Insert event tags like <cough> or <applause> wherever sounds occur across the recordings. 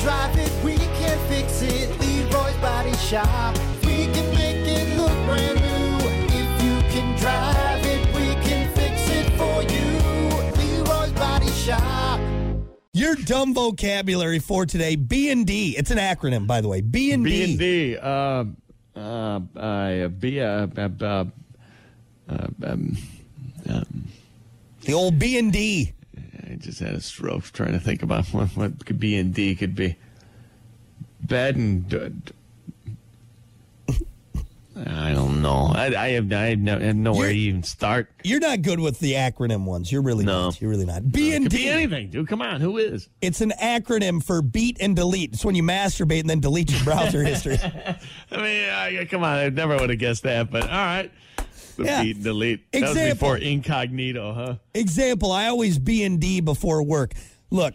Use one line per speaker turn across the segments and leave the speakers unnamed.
drive it, we can fix it. Leroy's Body Shop. We can make it look brand new. If you can drive it, we can fix it for you. Leroy's Body Shop.
Your dumb vocabulary for today, B and D. It's an acronym, by the way. B and
B and
D.
D. Uh, uh, I- uh, B. Uh, uh, uh, uh, um, um,
The old B and D.
I just had a stroke trying to think about <laughs> what, what could B and D could be. Bed and. d- d- I don't know. I, I have I have no, I have nowhere to
You're-
even start.
You're not good with the acronym ones. You're really
No.
not. You're really not. B
It
and
could be
D.
anything, dude. Come on, who is?
It's an acronym for beat and delete. It's when you masturbate and then delete your
<laughs>
browser history.
I mean, I, come on, I never would have guessed that, but all right. Defeat,
Yeah.
delete. That was
Example.
before incognito, huh?
Example, I always B and D before work. Look,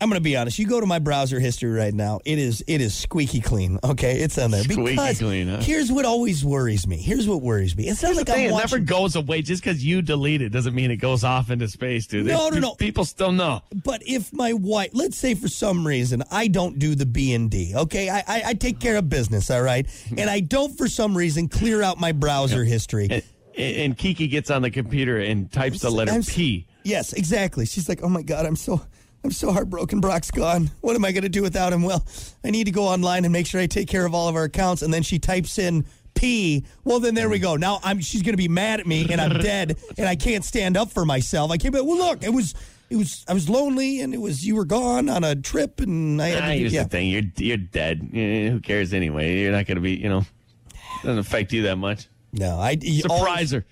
I'm going to be honest. You go to my browser history right now. It is it is squeaky clean. Okay, it's on there.
Squeaky
Because
clean, huh?
Here's what always worries me. Here's what worries me. It's not like
The thing,
I'm
it
watching.
never goes away. Just because you delete it doesn't mean it goes off into space, dude.
No,
There's-
no, no.
People still know.
But if my wife, let's say for some reason I don't do the B and D, okay, I, I, I take care of business, all right, and I don't for some reason clear out my browser history.
<laughs> And, and Kiki gets on the computer and types the letter
I'm s-
P.
Yes, exactly. She's like, oh my god, I'm so I'm so heartbroken. Brock's gone. What am I going to do without him? Well, I need to go online and make sure I take care of all of our accounts. And then she types in P. Well, then there we go. Now I'm she's going to be mad at me, and I'm dead, and I can't stand up for myself. I can't. be like, Well, look, it was. It was I was lonely and it was you were gone on a trip and I had to
Ah,
do-
here's
yeah.
the thing. You're you're dead. Eh, Who cares anyway? You're not going to be. You know, doesn't affect you that much.
No, I you
Surprise her.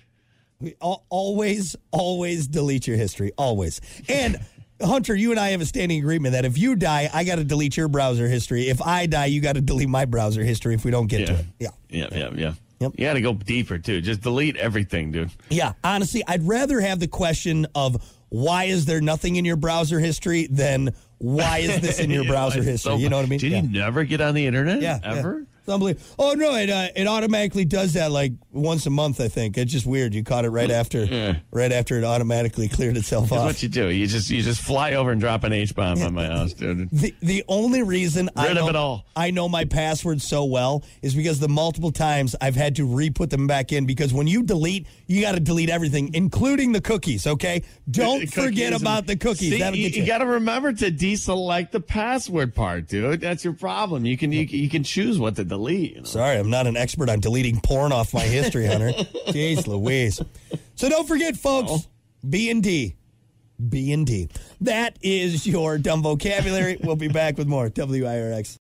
Always, al- always, always delete your history. Always. And Hunter, you and I have a standing agreement that if you die, I got to delete your browser history. If I die, you got to delete my browser history. If we don't get to
Yeah.
it, yeah,
Yeah, yeah, yeah.
Yep.
You got to go deeper too. Just delete everything, dude.
yeah. Honestly, I'd rather have the question of why is there nothing in your browser history than why is this
<laughs>
in your
You know,
browser
it's
history?
so
you know what I mean?
Did
Yeah.
you never get on the internet?
Yeah. yeah.
Ever?
It's unbelievable. Oh, no. It, uh, it automatically does that like once a month, I think. It's just weird. You caught it right after right after it automatically cleared itself
That's
off.
what you do. You just you just fly over and drop an H bomb on my house, dude.
the, the only reason I
Rid of
know,
it all.
I know my password so well is because the multiple times I've had to re put them back in because when you delete, you got to delete everything, including the cookies, okay? Don't
Cookies
forget
and-
about the cookies.
See,
That'll
you
get you.
got to remember to deselect the password part, dude. That's your problem. You can you, you can choose what to delete. You know?
Sorry, I'm not an expert on deleting porn off my history,
<laughs>
Hunter. Jeez Louise. So don't forget,
Oh.
folks, B and D. B and D. That is your dumb vocabulary. We'll be back with more WIRX.